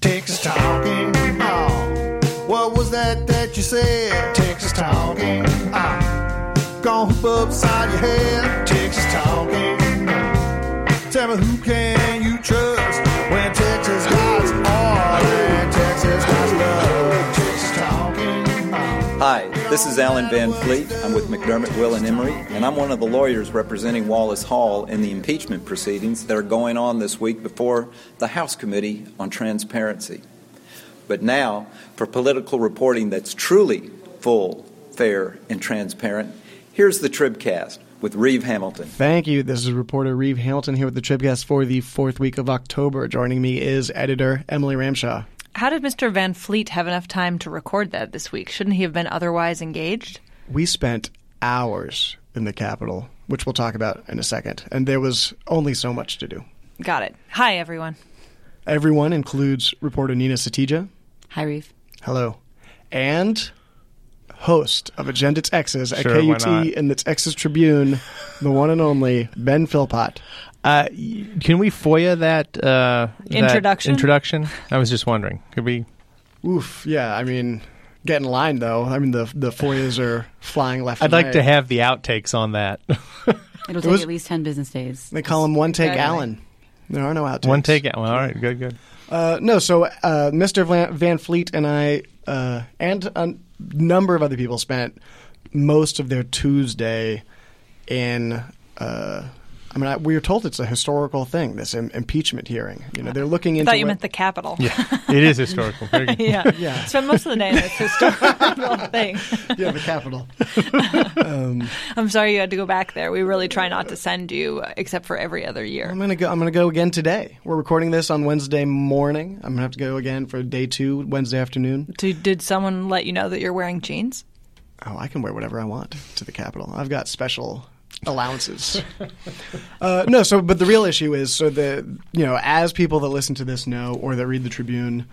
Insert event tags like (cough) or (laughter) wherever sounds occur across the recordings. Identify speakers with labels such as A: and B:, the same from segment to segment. A: Texas talking. Oh, what was that that you said? Texas talking. Ah, gonna hoop upside your head. Texas talking. Tell me who can you trust when Texas guys are and Texas guys love. Texas talking. Ah.
B: Hi, this is Alan Van Fleet. I'm with McDermott, Will, and Emery, and I'm one of the lawyers representing Wallace Hall in the impeachment proceedings that are going on this week before the House Committee on Transparency. But now, for political reporting that's truly full, fair, and transparent, here's the Tribcast with Reeve Hamilton.
C: Thank you. This is reporter Reeve Hamilton here with the Tribcast for the fourth week of October. Joining me is editor Emily Ramshaw.
D: How did Mr. Van Fleet have enough time to record that this week? Shouldn't he have been otherwise engaged?
C: We spent hours in the Capitol, which we'll talk about in a second, and there was only so much to do.
D: Got it. Hi, everyone.
C: Everyone includes reporter Nina Satija.
E: Hi, Reeve.
C: Hello. And host of Agenda Texas at
F: Sure, why
C: KUT
F: not?
C: and the Texas Tribune, the one and only Ben Philpott.
F: Uh, y- can we FOIA that, uh, that
D: Introduction?
F: introduction? I was just wondering. Could we?
C: Oof, yeah, I mean, get in line though. I mean, the the FOIAs are flying left.
F: I'd
C: and
F: like
C: right.
F: to have the outtakes on that. (laughs)
E: It'll take
C: was-
E: at least 10 business days.
C: They call him one take
D: Exactly.
C: Allen. There are no outtakes.
F: One take. Well, all right.
D: (laughs)
F: Good. Good.
C: Uh, no, so uh, Mr. Van, Van Fleet and I, uh, and a number of other people, spent most of their Tuesday in. Uh, I mean, I, we were told it's a historical thing, this Im- impeachment hearing. You know, they're looking
D: I
C: into.
D: thought you
C: what-
D: meant the Capitol.
F: Yeah, it is historical. Very
D: (laughs)
F: good.
D: yeah.
C: Yeah.
D: Spend most of the day in this historical (laughs) thing.
C: yeah, the Capitol. (laughs)
D: I'm sorry you had to go back there. We really try not to send you, uh, except for every other year.
C: I'm gonna go. I'm gonna go again today. We're recording this on Wednesday morning. I'm gonna have to go again for day two, Wednesday afternoon.
D: Do, did someone let you know that you're wearing jeans?
C: Oh, I can wear whatever I want to the Capitol. I've got special allowances. uh, no, so but the real issue is so the you know as people that listen to this know or that read the Tribune,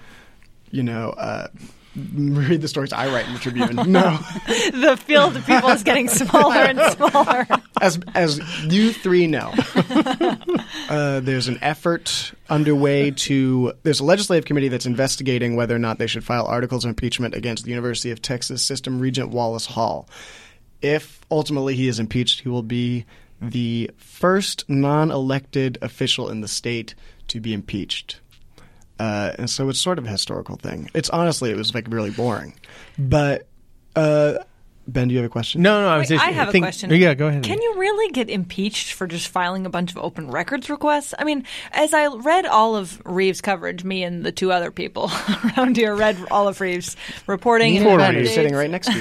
C: you know. Uh, (laughs) Read the stories I write in the Tribune. No,
D: (laughs) The field of people is (laughs) getting smaller and smaller.
C: as as you three know, uh, there's an effort underway to there's a legislative committee that's investigating whether or not they should file articles of impeachment against the University of Texas System Regent Wallace Hall. If ultimately he is impeached, he will be the first non-elected official in the state to be impeached. Uh, and so it's sort of a historical thing. It's honestly, it was like really boring. But uh, Ben, do you have a question?
F: No, no. I was
D: Wait,
F: just.
D: I have a
F: think-
D: question.
F: Yeah, go ahead.
C: Mm.
D: Can you really get impeached for just filing a bunch of open records requests? I mean, as I read all of Reeves' coverage, me and the two other people (laughs) around here read all of Reeves' reporting. and
C: Poor
D: updates.
C: Reeves sitting right next to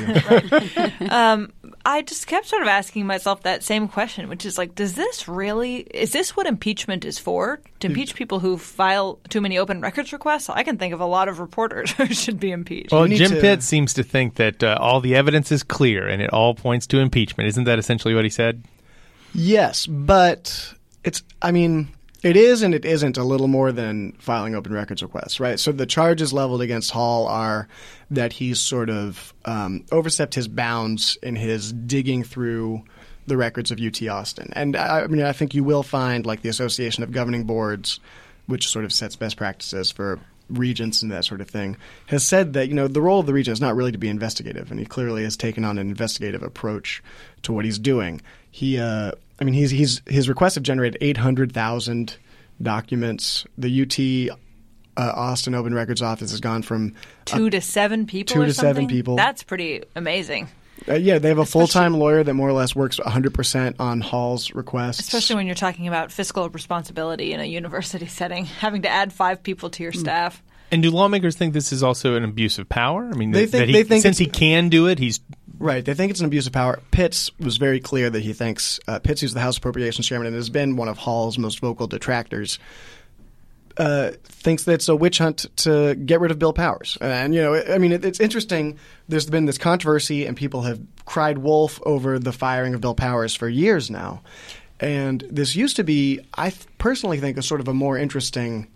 C: you.
D: I just kept sort of asking myself that same question, which is like, does this really? Is this what impeachment is for? To
C: Mm.
D: impeach people who file too many open records requests? I can think of a lot of reporters (laughs) who should be impeached.
F: Well,
C: need
F: Jim
C: to-
F: Pitt seems to think that uh, all the evidence is clear and it all points to impeachment. Isn't that essentially what he said?
C: Yes, but it's. I mean, it is and it isn't a little more than filing open records requests, right? So the charges leveled against Hall are that he sort of um, overstepped his bounds in his digging through the records of UT Austin, and I, I mean, I think you will find like the Association of Governing Boards, which sort of sets best practices for. Regents and that sort of thing has said that you know the role of the regent is not really to be investigative, and he clearly has taken on an investigative approach to what he's doing he uh, I mean he's he's his requests have generated 800,000 documents. The UT uh, Austin Open Records Office has gone from
D: two to seven people.
C: two
D: or
C: to seven
D: something?
C: people.
D: That's pretty amazing,
C: uh, yeah, they have a full-time lawyer that more or less works 100% on Hall's requests.
D: especially when you're talking about fiscal responsibility in a university (laughs) setting, having to add five people to your staff.
F: And do lawmakers think this is also an abuse of power? I mean,
C: They
F: that-
C: think-
F: that he,
C: they think
F: since he
C: it's-
F: can do it, he's
C: Right. They think it's an abuse of power. Pitts was very clear that he thinks uh, Pitts, who's the House Appropriations Chairman and has been one of Hall's most vocal detractors, uh, thinks that it's a witch hunt to get rid of Bill Powers. And you know, I mean, it, it's interesting. There's been this controversy, and people have cried wolf over the firing of Bill Powers for years now. And this used to be, I th- personally think, a sort of a more interesting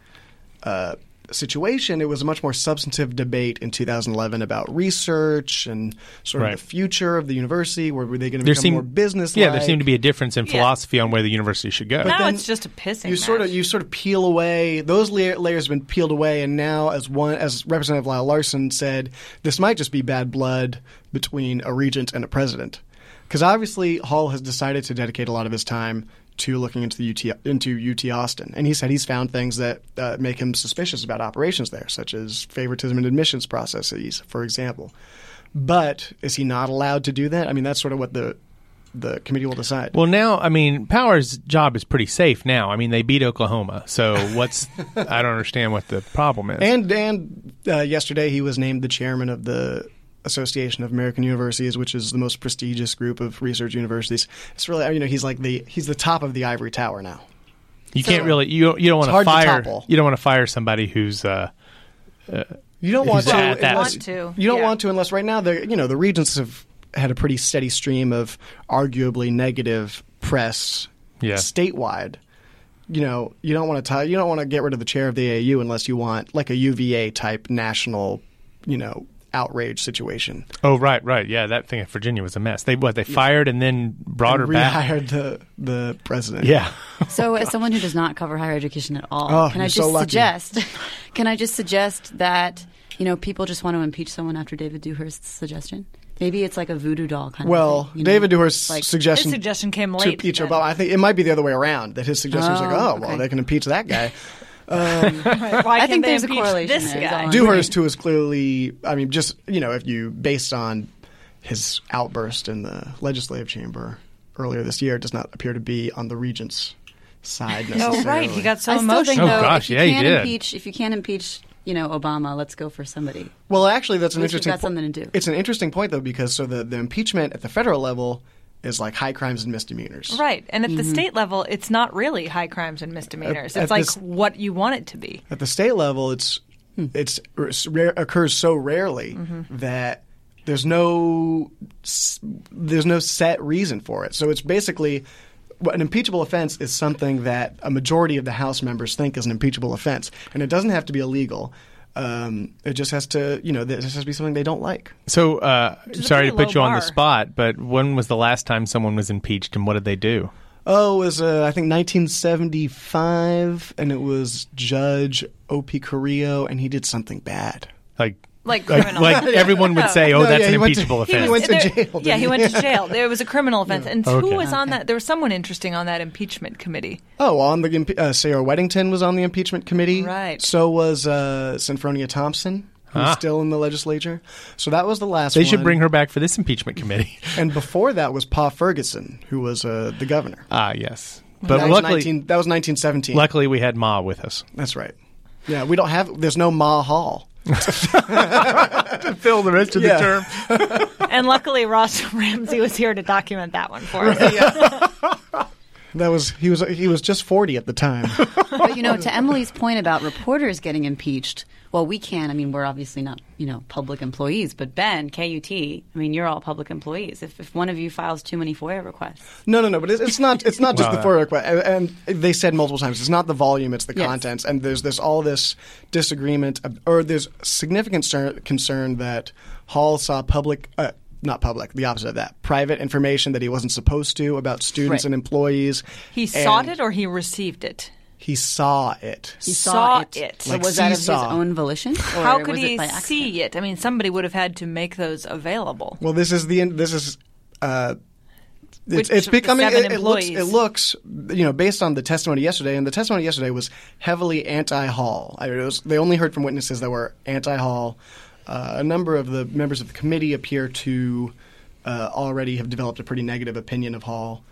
C: uh, situation. It was a much more substantive debate in 2011 about research and sort
F: Right.
C: of the future of the university. Where were they going to
F: There
C: become
F: seemed
C: more business?
F: Yeah, there seemed to be a difference in
D: Yeah.
F: philosophy on where the university should go.
D: now
C: then
D: it's just a pissing.
C: you sort of
D: match.
C: you sort of peel away those la- layers have been peeled away, and now as one as Representative Lyle Larson said, this might just be bad blood between a regent and a president, because obviously Hall has decided to dedicate a lot of his time to looking into the UT into UT Austin, and he said he's found things that uh, make him suspicious about operations there, such as favoritism in admissions processes, for example. But is he not allowed to do that? I mean, that's sort of what the the committee will decide.
F: Well, now I mean, Power's job is pretty safe now. I mean, they beat Oklahoma, so what's I don't understand what the problem is.
C: And and uh, yesterday he was named the chairman of the Association of American Universities, which is the most prestigious group of research universities. It's really you know he's like the he's the top of the ivory tower now.
F: you can't really you you don't want to
C: hard to
F: fire
C: topple.
F: you don't want to fire somebody who's uh,
C: You don't want
F: He's
C: to,
F: at that.
C: unless-
D: Want to,
C: You don't
D: yeah.
C: want to unless right now the you know the regents have had a pretty steady stream of arguably negative press
F: Yeah.
C: statewide. You know, you don't want to tie, you don't want to get rid of the chair of the AAU unless you want like a UVA type national, you know, outrage situation.
F: oh right right yeah that thing at Virginia was a mess. They what they fired and then brought her back.
C: rehired the the president.
F: (laughs) Yeah,
E: So, as someone who does not cover higher education at all,
C: Oh,
E: can I
C: you're
E: just
C: so lucky.
E: suggest? (laughs) Can I just suggest that you know people just want to impeach someone after David Dewhurst's suggestion? Maybe it's like a voodoo doll kind
C: Well,
E: of thing. you know?
C: David Dewhurst's
E: Like-
C: suggestion,
D: His suggestion came
C: to
D: late.
C: impeach
D: then.
C: Obama. I think it might be the other way around. That his suggestion was like,
E: Oh,
C: oh, well,
E: okay.
C: they can impeach that
E: (laughs)
C: guy.
D: Right, Why
E: I
D: can't
E: think
D: they
E: there's a
D: impeach
E: correlation
D: This
E: there, is
D: guy.
E: all I'm-
C: Dewhurst, who is clearly, I mean, just you know, if you based on his outburst in the legislative chamber earlier this year, does not appear to be on the regent's
E: (laughs)
C: side
D: Oh,
C: necessarily.
D: right. He got so
E: I still think
D: emotional.
F: Oh,
E: though,
F: gosh,
E: if you
F: yeah, he
E: can
F: did.
E: impeach, if you can impeach, you know Obama, let's go for somebody.
C: Well, actually, that's an
E: At least
C: interesting.
E: you've got
C: po-
E: something to do.
C: It's an interesting point though, because so the the impeachment at the federal level is like high crimes and misdemeanors.
D: Right. And at the state level, it's not really high crimes and misdemeanors.
C: at
D: it's like
C: this-
D: what you want it to be.
C: at the state level, it's it's it's rare, occurs so rarely that there's no s- there's no set reason for it. So it's basically what- an impeachable offense is something that a majority of the House members think is an impeachable offense, and it doesn't have to be illegal. Um, it just has to you know this has to be something they don't like.
F: so uh,
D: is a
F: sorry to
D: pretty
F: put
D: low
F: you on
D: bar.
F: the spot, but when was the last time someone was impeached and what did they do?
C: Oh, it was uh, I think 1975, and it was Judge Opie Carrillo, and he did something bad.
F: Like
D: Like
F: like,
C: (laughs)
D: criminal.
F: like everyone would say, oh,
C: No,
F: that's
C: yeah,
F: an
C: he went to- (laughs)
F: impeachable
C: he
F: offense.
C: went to
D: there-
C: jail,
D: Yeah,
C: didn't
D: he
C: he? (laughs)
D: went to jail. There was a criminal offense. And
F: Okay.
D: who was on that? There was someone interesting on that impeachment committee.
C: Oh, on the impe- uh, Sarah Weddington was on the impeachment committee.
D: Right.
C: So was uh, Sinfronia Thompson, who's
F: Ah.
C: still in the legislature. So that was the last.
F: they should
C: one.
F: bring her back for this impeachment committee. (laughs)
C: And before that was Pa Ferguson, who was uh, the governor.
F: Ah, yes. But
C: that
F: luckily,
C: was 19, that was 1917.
F: luckily we had Ma with us.
C: That's right. Yeah, we don't have. There's no Ma Hall.
F: Fill the rest of
C: the term.
D: And luckily, Ross (laughs) Ramsey was here to document that one for us.
C: That was he was he was just 40 at the time.
F: (laughs)
E: But you know, to Emily's point about reporters getting impeached, well, we can. I mean, we're obviously not, you know, public employees. But Ben, KUT, I mean, you're all public employees. If, if one of you files too many FOIA requests,
C: No, no, no. But it's, it's not. It's not just
F: Wow,
C: the
F: that-
C: FOIA request. And, and they said multiple times, it's not the volume, it's the
E: Yes.
C: contents. And there's this all this disagreement, of, or there's significant cer- concern that Hall saw public. Uh, not public, the opposite of that. Private information that he wasn't supposed to about students
E: Right.
C: and employees.
D: He
C: And
D: sought it or he received it?
C: He saw it.
E: he
D: Saw
E: saw, it.
D: it.
E: So
C: Like
E: was that of his
C: seesaw.
E: own volition? Or
D: How could
E: was
D: he
E: it by accident?
D: see it? I mean, somebody would have had to make those available.
C: Well, this is the end. This is. Uh,
D: Which
C: it's, it's
D: of the
C: becoming.
D: seven
C: It, it looks. It
D: employees?
C: looks. You know, based on the testimony yesterday, and the testimony yesterday was heavily anti-Hall. I mean, it was, they only heard from witnesses that were anti-Hall. Uh, a number of the members of the committee appear to uh, already have developed a pretty negative opinion of Hall,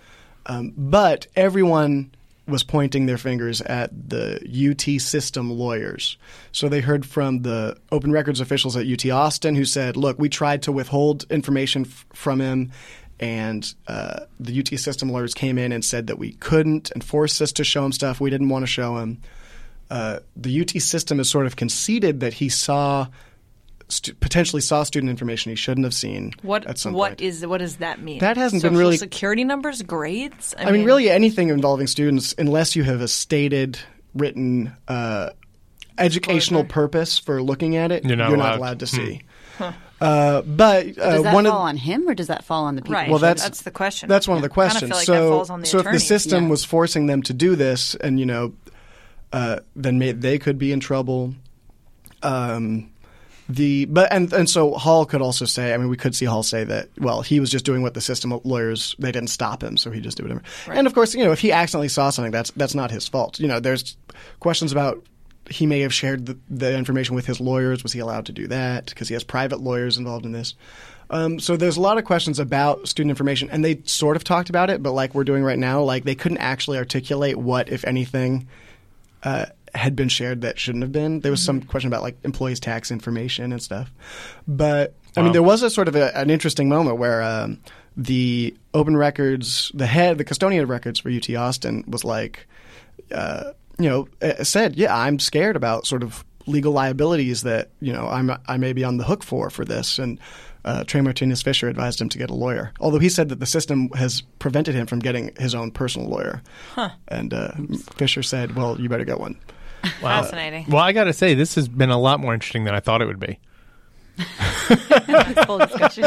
C: um, but everyone was pointing their fingers at the UT system lawyers. So they heard from the open records officials at UT Austin who said, look, we tried to withhold information f- from him. And uh, the UT system lawyers came in and said that we couldn't and forced us to show him stuff we didn't want to show him. Uh, the UT system has sort of conceded that he saw, stu- potentially saw student information he shshouldn't have seen
D: What
C: at
D: What is
C: some point.
D: what does that mean?
C: That hasn't been
D: Social
C: really-
D: security numbers, grades.
C: I mean, really anything involving students, unless you have a stated written uh, educational purpose for looking at it,
F: You're not allowed- Hmm.
C: to see. Uh, but uh,
E: Does that
C: one
E: fall
C: of
E: on him or does that fall on the people?
D: Right.
C: well, that's
D: that's the question.
C: That's one of
D: Yeah.
C: the
D: I kinda feel
C: questions.
D: like that
C: so,
D: falls on the
C: so if the
D: attorneys.
C: system
E: Yeah.
C: was forcing them to do this, and you know, uh, then may, they could be in trouble. Um, the but and and so Hall could also say. I mean, we could see Hall say that. Well, he was just doing what the system lawyers they didn't stop him, so he just did whatever. And of course, you know, if he accidentally saw something, that's that's not his fault. You know, there's questions about. He may have shared the, the information with his lawyers. Was he allowed to do that? Because he has private lawyers involved in this. Um, so there's a lot of questions about student information, and they sort of talked about it, but like we're doing right now, like they couldn't actually articulate what, if anything, uh, had been shared that shouldn't have been. There was some question about like employees' tax information and stuff, but I mean, there was a sort of a, an interesting moment where um, the open records, the head, the custodian of records for UT Austin was like, uh, you know, uh, said, "Yeah, I'm scared about sort of legal liabilities that you know I'm I may be on the hook for for this." And uh, Trey Martinez Fisher advised him to get a lawyer, although he said that the system has prevented him from getting his own personal lawyer. And uh, Fisher said, "Well, you better get one."
D: Fascinating.
F: Well, I got to say, this has been a lot more interesting than I thought it would be.
E: This
F: (laughs)
E: whole discussion.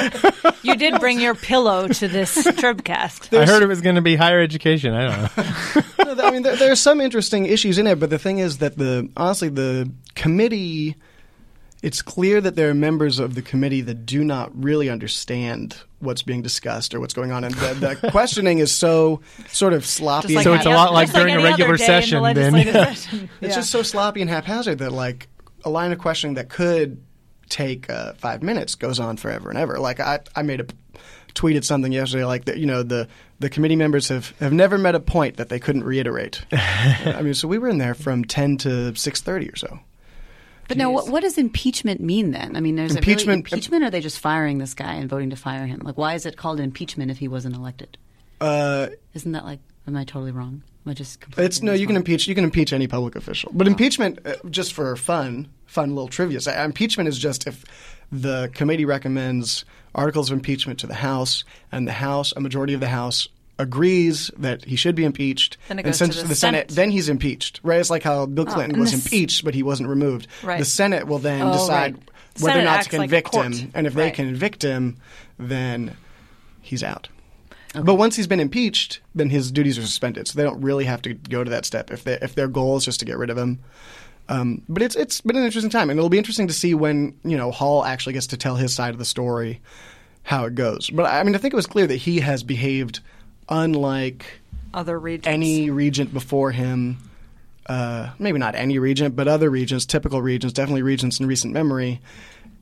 D: you did bring your pillow to this Tribcast.
F: I heard it was going to be higher education. I don't know.
C: No, th- I mean, there, there are some interesting issues in it, but the thing is that the honestly the committee. It's clear that there are members of the committee that do not really understand what's being discussed or what's going on, and the, the questioning is so sort of sloppy.
F: like So
C: and
F: it's a lot like
D: just
F: during a
D: any other
F: regular
D: day in the
F: session, then. (laughs)
D: legislative session.
C: It's just so sloppy and haphazard that like a line of questioning that could take uh, five minutes goes on forever and ever. Like I, I made a tweeted something yesterday like that you know the the committee members have have never met a point that they couldn't reiterate. I mean, so we were in there from ten to six thirty or so.
E: But no, what, what does impeachment mean then? I mean, there's impeachment.
C: Impeachment-
E: impeachment, or are they just firing this guy and voting to fire him? Like, why is it called impeachment if he wasn't elected?
C: Uh,
E: Isn't that like? Am I totally wrong? Am I just completely
C: it's no, you can
E: wrong?
C: impeach. You can impeach any public official, but impeachment uh, just for fun, fun little trivia. So, uh, impeachment is just if the committee recommends articles of impeachment to the House, and the House, a majority of the House, agrees that he should be impeached,
D: Then it
C: and
D: goes
C: sends
D: to the Senate. Oh,
C: then he's impeached. Right? It's like how Bill Clinton
E: and
C: was
E: the s-
C: impeached, but he wasn't removed.
D: Right.
C: The Senate will then
E: Oh,
C: decide
E: right.
C: whether
D: Senate
C: or not to
D: acts like a
C: convict
D: court.
C: him, and if
D: Right.
C: they convict him, then he's out. But once he's been impeached, then his duties are suspended, so they don't really have to go to that step if they, if their goal is just to get rid of him. Um, but it's it's been an interesting time, and it'll be interesting to see when you know Hall actually gets to tell his side of the story, how it goes. But I mean, I think it was clear that he has behaved unlike
D: Other regions.
C: any regent before him. Uh, maybe not any regent, but other regents, typical regents, definitely regents in recent memory.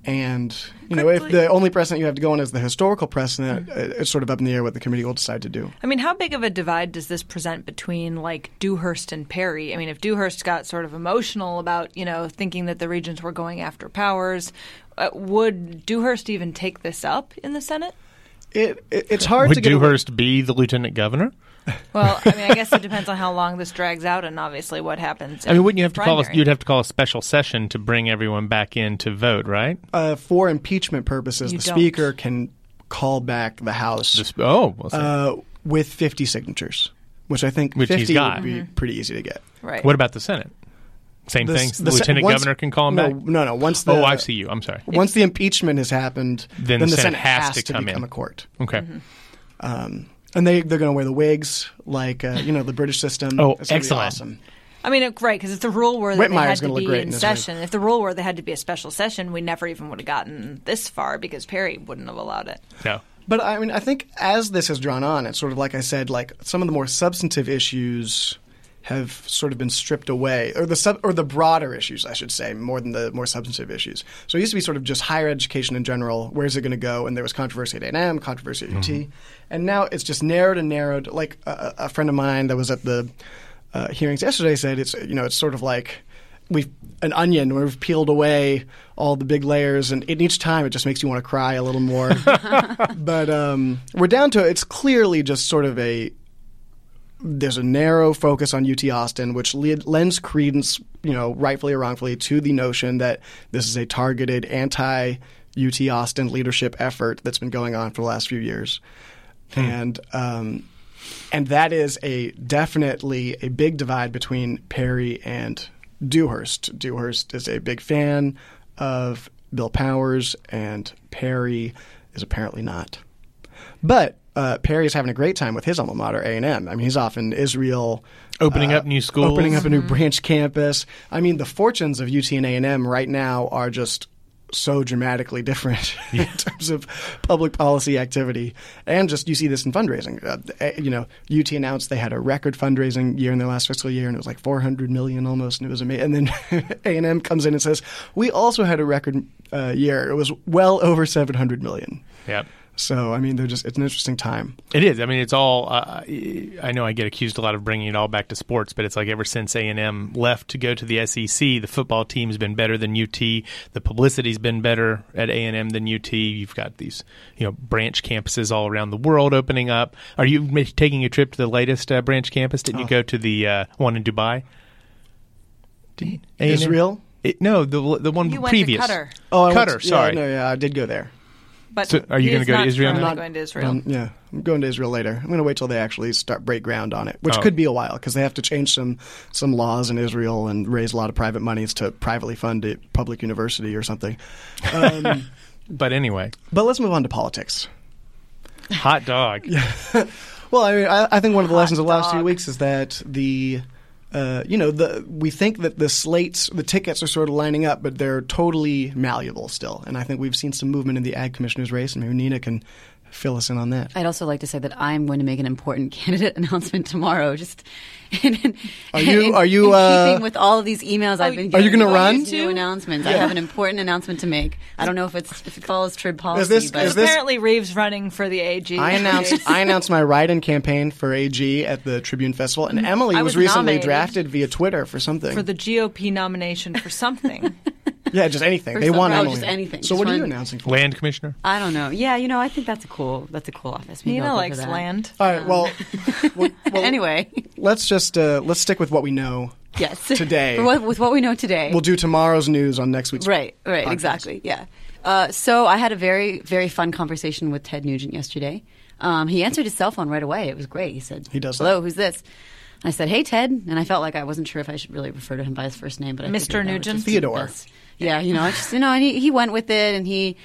C: And you know, if
D: Quickly.
C: the only precedent you have to go on is the historical precedent, it- it's sort of up in the air what the committee will decide to do.
D: I mean, how big of a divide does this present between like Dewhurst and Perry? I mean, if Dewhurst got sort of emotional about you know thinking that the regents were going after powers, uh, would Dewhurst even take this up in the Senate?
C: It, it it's hard to
F: Would
C: get. away-
F: Dewhurst be the lieutenant governor?
D: Well, I mean, I guess it depends on how long this drags out and obviously what happens.
F: I mean, wouldn't you have to call? A,
D: primary.
F: you'd have to call a special session to bring everyone back in to vote, right?
C: uh, for impeachment purposes,
D: You
C: the
D: don't.
C: speaker can call back the House
F: Just- oh, well, so-
C: uh, with 50 signatures, which I think
F: Which
C: 50
F: he's got.
C: would be pretty easy to get.
D: Mm-hmm. right?
F: what about the Senate? Same
C: The
F: thing.
C: s-
F: The,
C: the se-
F: lieutenant
C: once-
F: governor can call him
C: no,
F: back.
C: No, no. Once the
F: oh, I see you. I'm sorry.
C: Once the impeachment has happened,
F: Then
C: then,
F: the
C: the
F: Senate
C: Senate,
F: has to come in.
C: become a court.
F: Okay.
C: And they they're going to wear the wigs like uh, you know the British system.
F: Oh,
C: It's gonna be
F: excellent.
C: Awesome.
D: I mean, it- right? Because if the rule were that
C: Whitmire's
D: they
C: gonna
D: had to
C: look
D: be
C: great
D: in
C: in this
D: session, if the rule were they had to be a special session, we never even would have gotten this far because Perry wouldn't have allowed it.
F: No.
C: But I mean, I think as this has drawn on, it's sort of like I said, like some of the more substantive issues have sort of been stripped away, or the sub, or the broader issues, I should say, more than the more substantive issues. So it used to be sort of just higher education in general. Where's it going to go? And there was controversy at A&M, controversy at UT, and now it's just narrowed and narrowed. Like a, a a friend of mine that was at the uh, hearings yesterday said, it's you know, it's sort of like we've an onion where we've peeled away all the big layers and in each time it just makes you want to cry a little more but um, we're down to it's clearly just sort of a there's a narrow focus on UT Austin, which lead, lends credence, you know, rightfully or wrongfully, to the notion that this is a targeted anti UT Austin leadership effort that's been going on for the last few years, and um, and that is a definitely a big divide between Perry and Dewhurst. Dewhurst is a big fan of Bill Powers, and Perry is apparently not. But uh, Perry is having a great time with his alma mater, A and M. I mean, he's off in Israel,
F: Opening up new schools.
C: Uh, opening up a new branch campus. I mean, the fortunes of UT and A and M right now are just so dramatically different (laughs) in terms of public policy activity, and just you see this in fundraising. Uh, eh, you know, UT announced they had a record fundraising year in their last fiscal year, and it was like 400 million almost, and it was amazing. And then (laughs) A and M comes in and says, "We also had a record uh, year. It was well over 700 million.
F: Yep.
C: So I mean, they're just it's an interesting time.
F: It is. I mean, it's all. Uh, I know I get accused a lot of bringing it all back to sports, but it's like ever since A and M left to go to the SEC, the football team's been better than UT. The publicity's been better at A and M than UT. You've got these, you know, branch campuses all around the world opening up. Are you ma- taking a trip to the latest uh, branch campus?
C: Oh.
F: Didn't you go to the uh, one in Dubai? Didn't- A&M?
C: Israel? Oh,
F: It- no, the the one
D: You went to
F: previous.
D: Qatar.
C: I went
F: Qatar.
C: to- yeah,
F: sorry.
C: no, yeah, I did go there.
D: But
F: So are you
D: he
F: gonna
D: is
F: go to
D: not
F: Israel
D: currently
F: now?
D: going to Israel.
C: Um, yeah, I'm going to Israel later. I'm going to wait till they actually start break ground on it, which
F: Oh.
C: could be a while because they have to change some some laws in Israel and raise a lot of private monies to privately fund a public university or something. Um,
F: But anyway,
C: but let's move on to politics. (laughs)
F: hot dog.
C: Well, I mean, I, I think one of the lessons of the last few
D: dog.
C: weeks is that the. Uh, you know, the, we think that the slates, the tickets are sort of lining up, but they're totally malleable still. And I think we've seen some movement in the ag commissioner's race, and maybe Nina can fill us in on that.
E: I'd also like to say that I'm going to make an important (laughs) candidate announcement tomorrow. Just in, in-
C: Are you-
E: in-
C: are you,
E: in
C: uh,
E: keeping with all of these emails I've been?
D: are
E: Getting
C: you gonna
E: about
C: run?
E: these New announcements. I have an important announcement to make. I don't know if it's if it follows Trib policy.
C: this-
E: but
C: is this-
D: Apparently, Reeves running for the AG.
E: (laughs)
C: I announced I announced my write-in campaign for AG at the Tribune Festival, and Emily
E: I
C: was,
E: was
C: recently
E: nominated.
C: drafted via Twitter for something.
D: for the GOP nomination for something.
C: yeah, just anything. They
E: some-
C: want
E: oh,
C: Emily.
E: just anything.
C: So
E: Just
C: what are you
E: one-
C: announcing for?
F: Land commissioner.
E: I don't know. Yeah, you know, I think that's a cool that's a cool office. Maybe I'll
D: Nina
E: go
D: likes
E: for that. (laughs)
D: land.
C: All right. Well, well, well,
E: Um, Anyway, (laughs)
C: let's just uh, let's stick with what we know.
E: yes.
C: Today.
E: For what- with what we know today,
C: We'll do tomorrow's news on next week's.
E: Right, right,
C: podcast.
E: exactly. Yeah. Uh, so I had a very, very fun conversation with Ted Nugent yesterday. Um, he answered his cell phone right away. It was great. He said,
C: He does
E: Hello,
C: that.
E: who's this? And I said, Hey, Ted. And I felt like I wasn't sure if I should really refer to him by his first name, but I
D: Mr.
E: figured that would
D: Nugent?
E: just be
C: Theodore.
E: best. Yeah, you know, I just you know, and he, he went with it, and he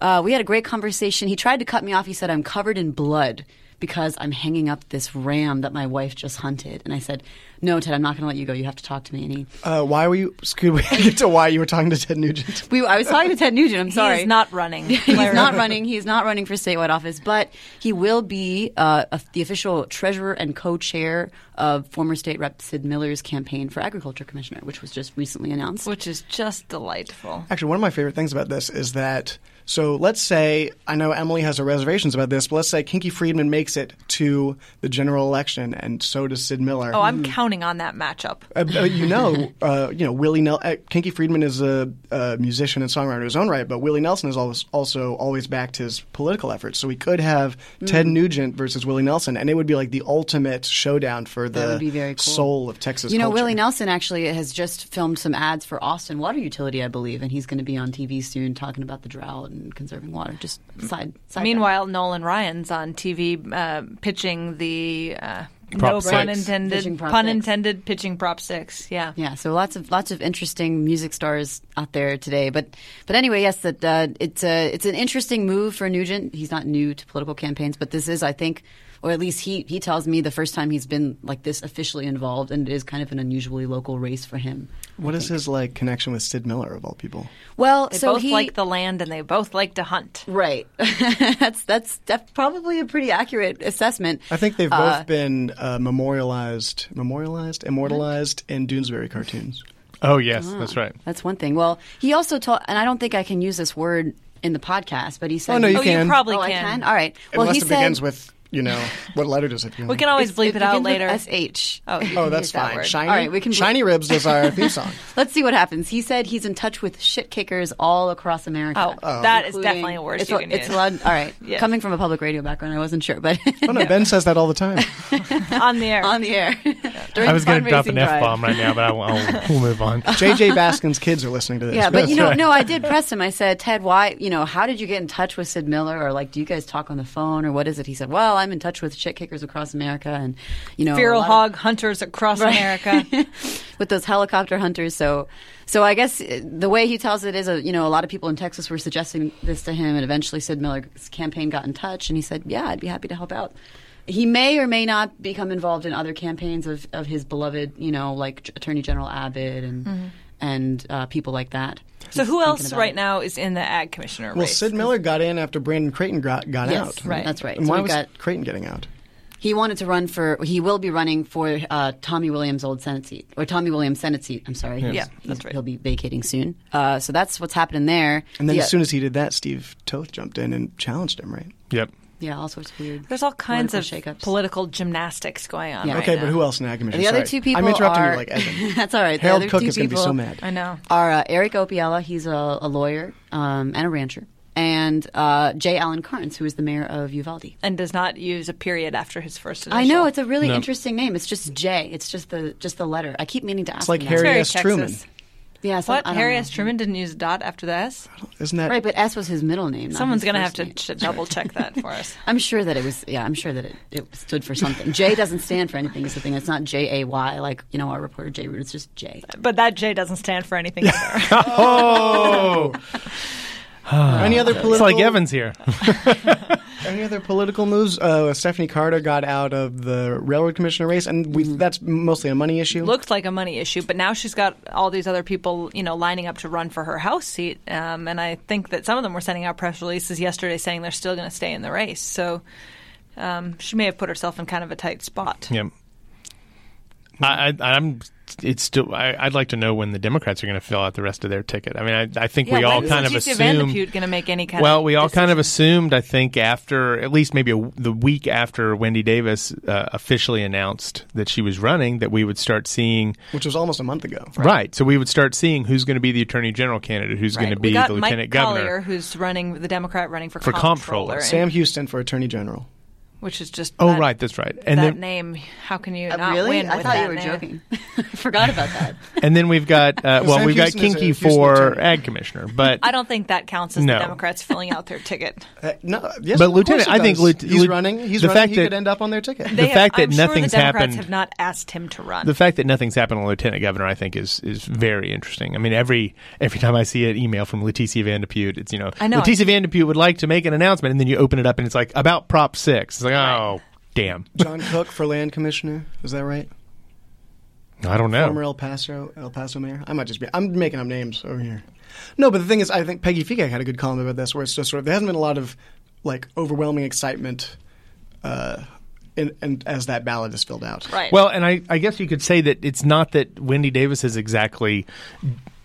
E: uh, we had a great conversation. He tried to cut me off. He said, "I'm covered in blood." Because I'm hanging up this ram that my wife just hunted, and I said, "No, Ted, I'm not going to let you go. You have to talk to me." And he,
C: Uh, why were you? Could we (laughs) get to why you were talking to Ted Nugent?
E: we, I was talking to Ted Nugent. I'm
D: (laughs)
E: sorry,
D: He's not running.
E: (laughs) he's not running. He's not running for statewide office, but he will be uh, a- the official treasurer and co-chair of former state rep Sid Miller's campaign for agriculture commissioner, which was just recently announced.
D: which is just delightful.
C: Actually, one of my favorite things about this is that. So let's say I know Emily has her reservations about this, but let's say Kinky Friedman makes it to the general election, and so does Sid Miller.
D: Oh, I'm counting on that matchup.
C: uh, uh, you know, uh, you know, Willie Nel- uh, Kinky Friedman is a, a musician and songwriter in his own right, but Willie Nelson has always, also always backed his political efforts. So we could have
E: Mm.
C: Ted Nugent versus Willie Nelson, and it would be like the ultimate showdown for the
E: That would be very cool.
C: soul of Texas.
E: You know,
C: culture.
E: Willie Nelson actually has just filmed some ads for Austin Water Utility, I believe, and he's going to be on TV soon talking about the drought and conserving water. Just side. side
D: Meanwhile, Nolan Ryan's on TV uh, pitching the uh, no
F: Prop
D: pun
F: six.
D: intended
E: Pitching Prop
D: pun
E: six.
D: intended pitching prop six. Yeah.
E: Yeah, so lots of lots of interesting music stars out there today. But but anyway, yes, that uh, it's a, it's an interesting move for Nugent. He's not new to political campaigns, but this is, I think, or at least he he tells me the first time he's been like this officially involved, and it is kind of an unusually local race for him.
C: what is his like connection with Sid Miller of all people?
E: Well,
D: They
E: so
D: both
E: he
D: like the land and they both like to hunt.
E: right. (laughs) that's that's that's probably a pretty accurate assessment.
C: I think they've both been uh, memorialized, memorialized, immortalized in Doonesbury cartoons.
F: Oh yes,
D: Ah.
F: that's right.
E: That's one thing. Well, he also taught, and I don't think I can use this word in the podcast, but he said,
C: Oh, no, you
D: oh, you
C: can.
D: probably
E: Oh, I
D: can.
E: can. All right. Well,
C: Unless
E: he
C: it
E: said,
C: begins with you know what letter does it begin?
D: We
C: with?
D: can always bleep it, out later.
E: S H.
D: oh, you
E: (laughs)
C: Oh,
D: can
C: that's
D: use that
C: fine.
D: word.
C: Shiny,
E: All right, we can-
C: Shiny Ribs does our
E: (laughs)
C: theme song.
E: Let's see what happens. He said he's in touch with shit kickers all across America.
D: Oh, that is
E: Including-
D: definitely a word
E: It's,
D: you
E: a-
D: can
E: it's
D: use.
E: allowed. All right,
D: (laughs) Yeah.
E: coming from a public radio background, I wasn't sure, but
C: Oh
E: (laughs)
C: no, Ben says that all the time.
D: on the air.
E: on
D: (laughs)
E: the air. (laughs) During
F: I was
E: going
F: going to
E: to
F: drop an f bomb right now, but I won't, I'll, we'll move on.
C: JJ Baskin's kids are listening to this.
E: Yeah, but
F: That's
E: you know,
F: right.
E: no, I did press him. I said, Ted, why, you know, how did you get in touch with Sid Miller? Or like, do you guys talk on the phone or what is it? He said, well, I'm in touch with shit kickers across America, and you know, a
D: Feral
E: lot of-
D: hog hunters across America.
E: with those helicopter hunters. So, so I guess uh, the way he tells it is, uh, you know, a lot of people in Texas were suggesting this to him, and eventually Sid Miller's campaign got in touch, and he said, "Yeah, I'd be happy to help out." He may or may not become involved in other campaigns of, of his beloved, you know, like J- Attorney General Abbott and and uh, people like that.
D: Mm-hmm. so who else
E: about
D: right
E: it.
D: now is in the ag commissioner
C: Well,
D: race?
C: Sid Miller got in after Brandon Creighton got, got
E: Yes,
C: out.
E: right. That's right.
C: And
E: So
C: why
E: we've
C: was
E: got-
C: Creighton getting out?
E: He wanted to run for. He will be running for uh, Tommy Williams' old Senate seat, or Tommy Williams' Senate seat. I'm sorry.
D: Yeah,
E: He's-
D: that's right.
E: He'll be vacating soon. Uh, so that's what's happening there.
C: And then
E: yeah,
C: as soon as he did that, Steve Toth jumped in and challenged him, right?
F: Yep.
E: yeah, all sorts of weird.
D: There's all kinds of
E: political shakeups.
D: political gymnastics going on.
E: Yeah.
D: right
C: Okay,
D: now.
C: but who else in Ag Commission?
E: The other
C: Sorry.
E: two people
C: I'm interrupting
E: are
C: you
E: (laughs)
C: like Evan.
E: that's all right. The
C: Harold
E: other
C: Cook
E: two
C: is going to be
E: people
C: so mad.
D: I know.
E: Are uh, Eric Opiella? He's a, a lawyer um, and a rancher, and uh, Jay Allen Carnes, who is the mayor of Uvalde.
D: And does not use a period after his first initial.
E: I know it's a really
F: No.
E: interesting name. It's just J. It's just the just the letter. I keep meaning to ask.
C: It's like
E: him that.
C: Harry
D: very
C: S.
D: Texas.
C: Truman.
E: Yeah, so,
D: What?
E: I don't
D: Harry
E: know.
D: S. Truman didn't use a dot after the S?
C: Isn't that
E: Right, but S was his middle name. not
D: Someone's
E: his
D: going to have
E: first
D: to
E: name.
D: ch- double check that
C: (laughs)
D: for us.
E: I'm sure that it was. Yeah, I'm sure that it, it stood for something. J doesn't stand for anything. Is the thing. It's not J A Y like you know our reporter J Root. It's just J.
D: But that J doesn't stand for
C: (laughs)
D: anything either.
F: Oh,
C: any other political?
F: it's like Evans here. (laughs)
C: Any other political news? Uh, Stephanie Carter got out of the railroad commissioner race, and
E: Mm-hmm.
C: we, that's mostly a money issue.
D: Looked like a money issue, but now she's got all these other people, you know, lining up to run for her House seat. Um, and I think that some of them were sending out press releases yesterday saying they're still going to stay in the race. So um, she may have put herself in kind of a tight spot.
F: Yep. I, I, I'm. It's still. I, I'd like to know when the Democrats are going to fill out the rest of their ticket. I mean, I, I think we all kind of assume.
D: Vanderpute going to make any kind
F: Well,
D: of
F: we all kind of
D: decision?
F: assumed. I think after at least maybe a, the week after Wendy Davis uh, officially announced that she was running, that we would start seeing.
C: which was almost a month ago.
F: Right. So we would start seeing who's going to be the attorney general candidate, who's going to
D: we
F: be
D: got
F: the
D: Mike
F: lieutenant
D: Collier,
F: governor.
D: who's running the Democrat running for,
F: For comptroller.
D: and-
C: Sam Houston for Attorney General.
D: which is just
F: Oh,
D: that-
F: right, that's right.
D: And
F: And
D: that
F: then,
D: name, how can you
E: Uh,
D: not
E: really?
D: win?
E: I
D: with
E: thought you
D: that
E: were
D: name?
E: joking. (laughs) I forgot about that.
F: and then we've got uh, well,
C: Sam
F: we've got
C: Houston is a
F: Kinky
C: Houston
F: for
C: attorney.
F: ag commissioner, but
D: I don't think that counts as
F: No.
D: the Democrats filling out their ticket.
C: Uh, no, yes,
F: But
C: of course it
F: Lieutenant- I think
C: does.
F: Lieutenant-
C: he's
F: Lieu-
C: running. He's
F: the
C: running.
F: fact
C: he
F: that-
C: could end up on their ticket.
D: They
F: (laughs) The fact that
D: have, I'm sure
F: nothing's
D: the Democrats
F: happened-
D: have not asked him to run.
F: the fact that nothing's happened on Lieutenant Governor, I think, is is very interesting. I mean, every every time I see an email from Leticia Vandepute, it's you know,
D: I know.
F: Leticia Vandepute would like to make an announcement, and then you open it up, and it's like about Prop Six. It's like, oh, damn, (laughs)
C: John Cook for Land Commissioner. Is that right?
F: I don't know.
C: Former El Paso El Paso mayor. I might just be. I'm making up names over here. No, but the thing is, I think Peggy Figak had a good column about this, where it's just sort of there hasn't been a lot of like overwhelming excitement, uh, in, and as that ballot is filled out.
D: right.
F: Well, and I, I guess you could say that it's not that Wendy Davis has exactly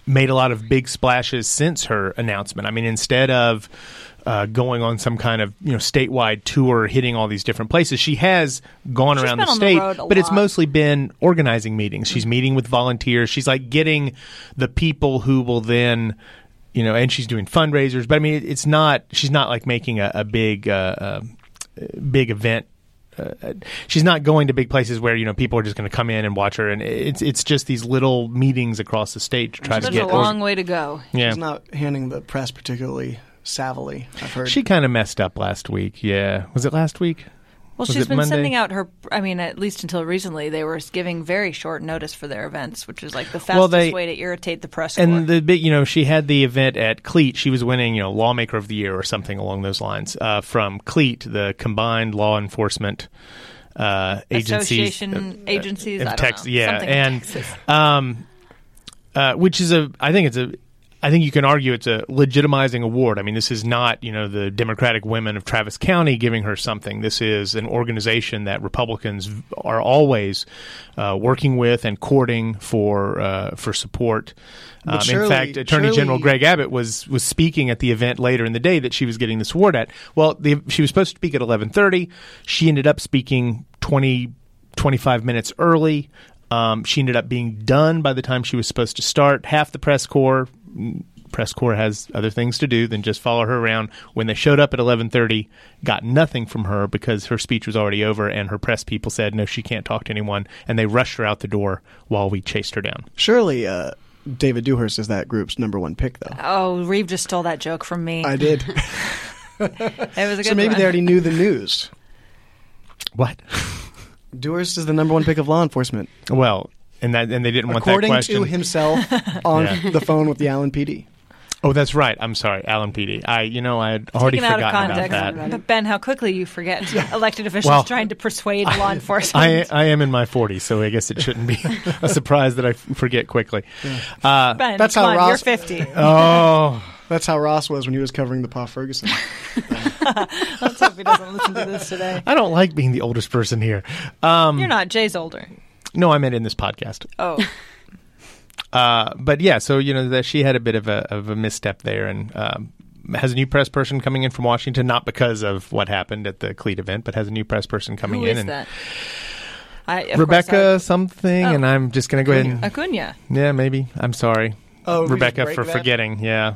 F: made a lot of big splashes since her announcement. I mean, instead of uh, going on some kind of you know statewide tour, hitting all these different places, she has gone
D: She's
F: around the
D: been on the
F: state,
D: road a
F: but it's
D: lot.
F: mostly been organizing meetings. She's meeting with volunteers. She's like getting the people who will then. You know, and she's doing fundraisers, but I mean, it- it's not. She's not like making a, a big, uh, uh, big event uh, she's not going to big places where you know people are just going to come in and watch her, and it's it's just these little meetings across the state to try to
D: there's
F: get.
D: a long way to go.
F: yeah,
C: She's not handing the press particularly savvily. I've heard.
F: she kind of messed up last week. Yeah, was it last week?
D: Well,
F: Was
D: she's
F: it
D: been
F: Monday?
D: sending out her. I mean, at least until recently, they were giving very short notice for their events, which is like the fastest
F: they-
D: way to irritate the press. corps.
F: And the big, you know, she had the event at Cleat. She was winning, you know, lawmaker of the year or something along those lines uh, from Cleat, the combined law enforcement uh, agencies,
D: Association agencies,
F: of
D: I don't
F: Texas.
D: know.
F: Yeah,
D: Something in
F: and
D: Texas.
F: um, uh, which is a, I think it's a. I think you can argue it's a legitimizing award. I mean, this is not, you know, the Democratic women of Travis County giving her something. This is an organization that Republicans v- are always uh, working with and courting for uh, for support. Um,
C: surely-
F: in fact, Attorney General
C: surely-
F: Greg Abbott was was speaking at the event later in the day that she was getting this award at. Well, the, she was supposed to speak at 11:30. She ended up speaking 20 25 minutes early. Um, she ended up being done by the time she was supposed to start. Half the press corps press corps has other things to do than just follow her around. When they showed up at 11:30, got nothing from her because her speech was already over and her press people said no, she can't talk to anyone and they rushed her out the door while we chased her down.
C: Surely, uh, David Dewhurst is that group's number one pick, though. Oh.
D: oh, Reeve just
C: (laughs)
D: stole that joke from me.
C: I did.
D: it was a good
C: so maybe
D: one.
C: they already knew the news.
F: What?
C: Dewars is the number one pick of law enforcement,
F: well, and that and they didn't want that
C: according
F: question.
C: to
E: (laughs)
C: himself on
F: Yeah.
C: the phone with the Allen PD.
F: Oh, that's right. I'm sorry, Alan PD. I, you know, I had already
D: Taken out of
F: forgotten
D: context.
F: about that.
D: But Ben, how quickly you forget elected officials
F: Well,
D: trying to persuade law enforcement.
F: I, I am in my 40s, so I guess it shouldn't be a surprise that I f- forget quickly. Uh,
D: ben,
C: That's
D: come
C: how
D: on,
C: Ross-
D: you're 50.
F: oh,
C: That's how Ross was when he was covering the Pa
E: (laughs)
C: Ferguson.
D: Let's hope he doesn't listen to this today.
F: I don't like being the oldest person here. Um,
D: You're not. Jay's older.
F: no, I meant in this podcast. (laughs)
D: Oh,
F: Uh, but yeah, so you know that she had a bit of a of a misstep there, and um, has a new press person coming in from Washington, not because of what happened at the Cleat event, but has a new press person coming
D: who
F: in,
D: is
F: and
D: that? I, of course
F: Rebecca something,
D: Oh.
F: and I'm just gonna go ahead
D: I,
F: and
D: Acuna.
F: yeah, maybe I'm sorry,
C: Oh, we just
F: Rebecca
C: break
F: for
C: that? Hmm.
F: forgetting. Yeah,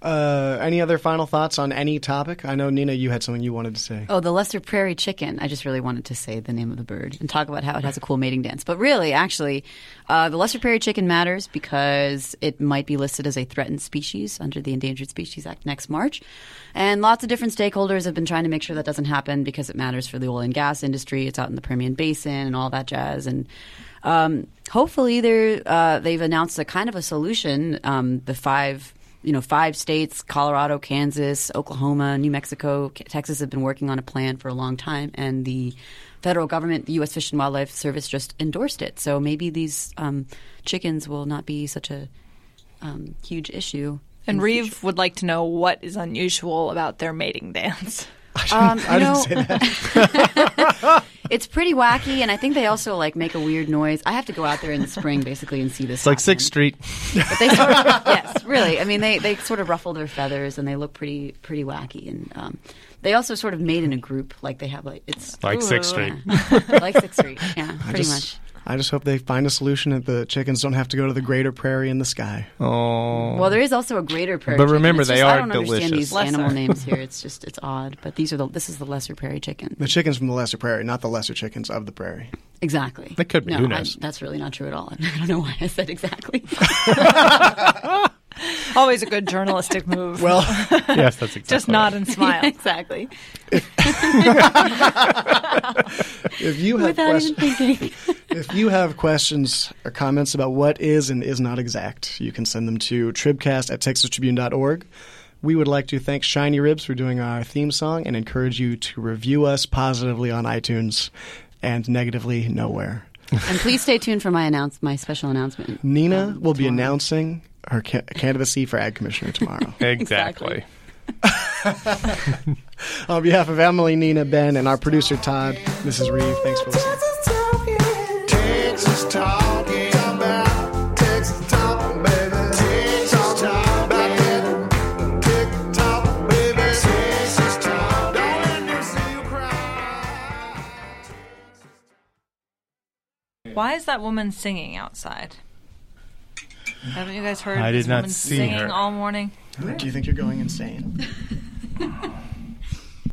C: Uh, any other final thoughts on any topic? I know Nina, you had something you wanted to say.
E: Oh, the lesser prairie chicken. I just really wanted to say the name of the bird and talk about how it has a cool mating dance. But really, actually, uh, the lesser prairie chicken matters because it might be listed as a threatened species under the Endangered Species Act next March. And lots of different stakeholders have been trying to make sure that doesn't happen because it matters for the oil and gas industry. It's out in the Permian Basin and all that jazz. And um, hopefully, they're, uh, they've announced a kind of a solution. Um, the five you know, five states Colorado, Kansas, Oklahoma, New Mexico, K- Texas have been working on a plan for a long time, and the federal government, the U.S. Fish and Wildlife Service, just endorsed it. So maybe these um, chickens will not be such a um, huge issue.
D: And
E: in the future.
D: Reeve would like to know what is unusual about their mating dance. (laughs)
E: Um, you
C: didn't
E: know,
C: say
E: (laughs) it's pretty wacky, and I think they also like make a weird noise. I have to go out there in the spring, basically, and see
F: it's
E: this.
F: like Sixth
E: happen.
D: (laughs)
F: Street. (laughs)
E: But they sort of, yes, really. I mean, they, they sort of ruffle their feathers and they look pretty pretty wacky. And um, they also sort of mate in a group, like they have like it's
F: Like Sixth Street.
E: yeah. like
F: (laughs)
E: Sixth Street, yeah, pretty
C: just, I just hope they find a solution that the chickens don't have to go to the greater prairie in the sky.
F: Oh,
E: much. Well, there is also a greater prairie.
F: But
E: chicken.
F: remember,
E: It's
F: they
E: just-
F: are
E: I don't understand
F: delicious.
E: these animal names
F: (laughs)
E: here. It's just it's odd. But these are the this is the lesser prairie chicken.
C: The chickens from the lesser prairie, not the lesser chickens of the
E: (laughs)
C: prairie.
E: Exactly.
F: That could be.
E: No,
F: Who
E: I-
F: knows?
E: that's really not true at all. (laughs) I don't know why I said exactly.
D: Always a good journalistic move.
C: Well,
F: yes, that's exactly.
D: just
F: right.
D: nod (laughs) and
F: (laughs)
D: smile.
E: (laughs) exactly.
C: if you have
E: Without even
C: questions,
E: thinking.
C: if you have questions or comments about what is and is not exact, you can send them to tribcast at texastribune.org. We would like to thank Shiny Ribs for doing our theme song and encourage you to review us positively on iTunes and negatively nowhere.
E: and please stay tuned for my announce my special announcement.
C: Nina
E: um,
C: will be
E: tomorrow.
C: announcing her ca- candidacy for ag commissioner tomorrow.
F: Exactly.
C: on behalf of Emily, Nina, Ben, and our producer Todd, this is Reeve. Thanks for listening.
A: Texas talking about Texas talking, baby. Texas talking about that tick tock, baby. Texas talk. Don't let them see you cry.
D: Why is that woman singing outside? Haven't you guys heard?
F: I
D: of
F: did
D: this
F: not
D: woman
F: see
D: singing
F: her.
D: all morning.
C: Do you think you're going insane?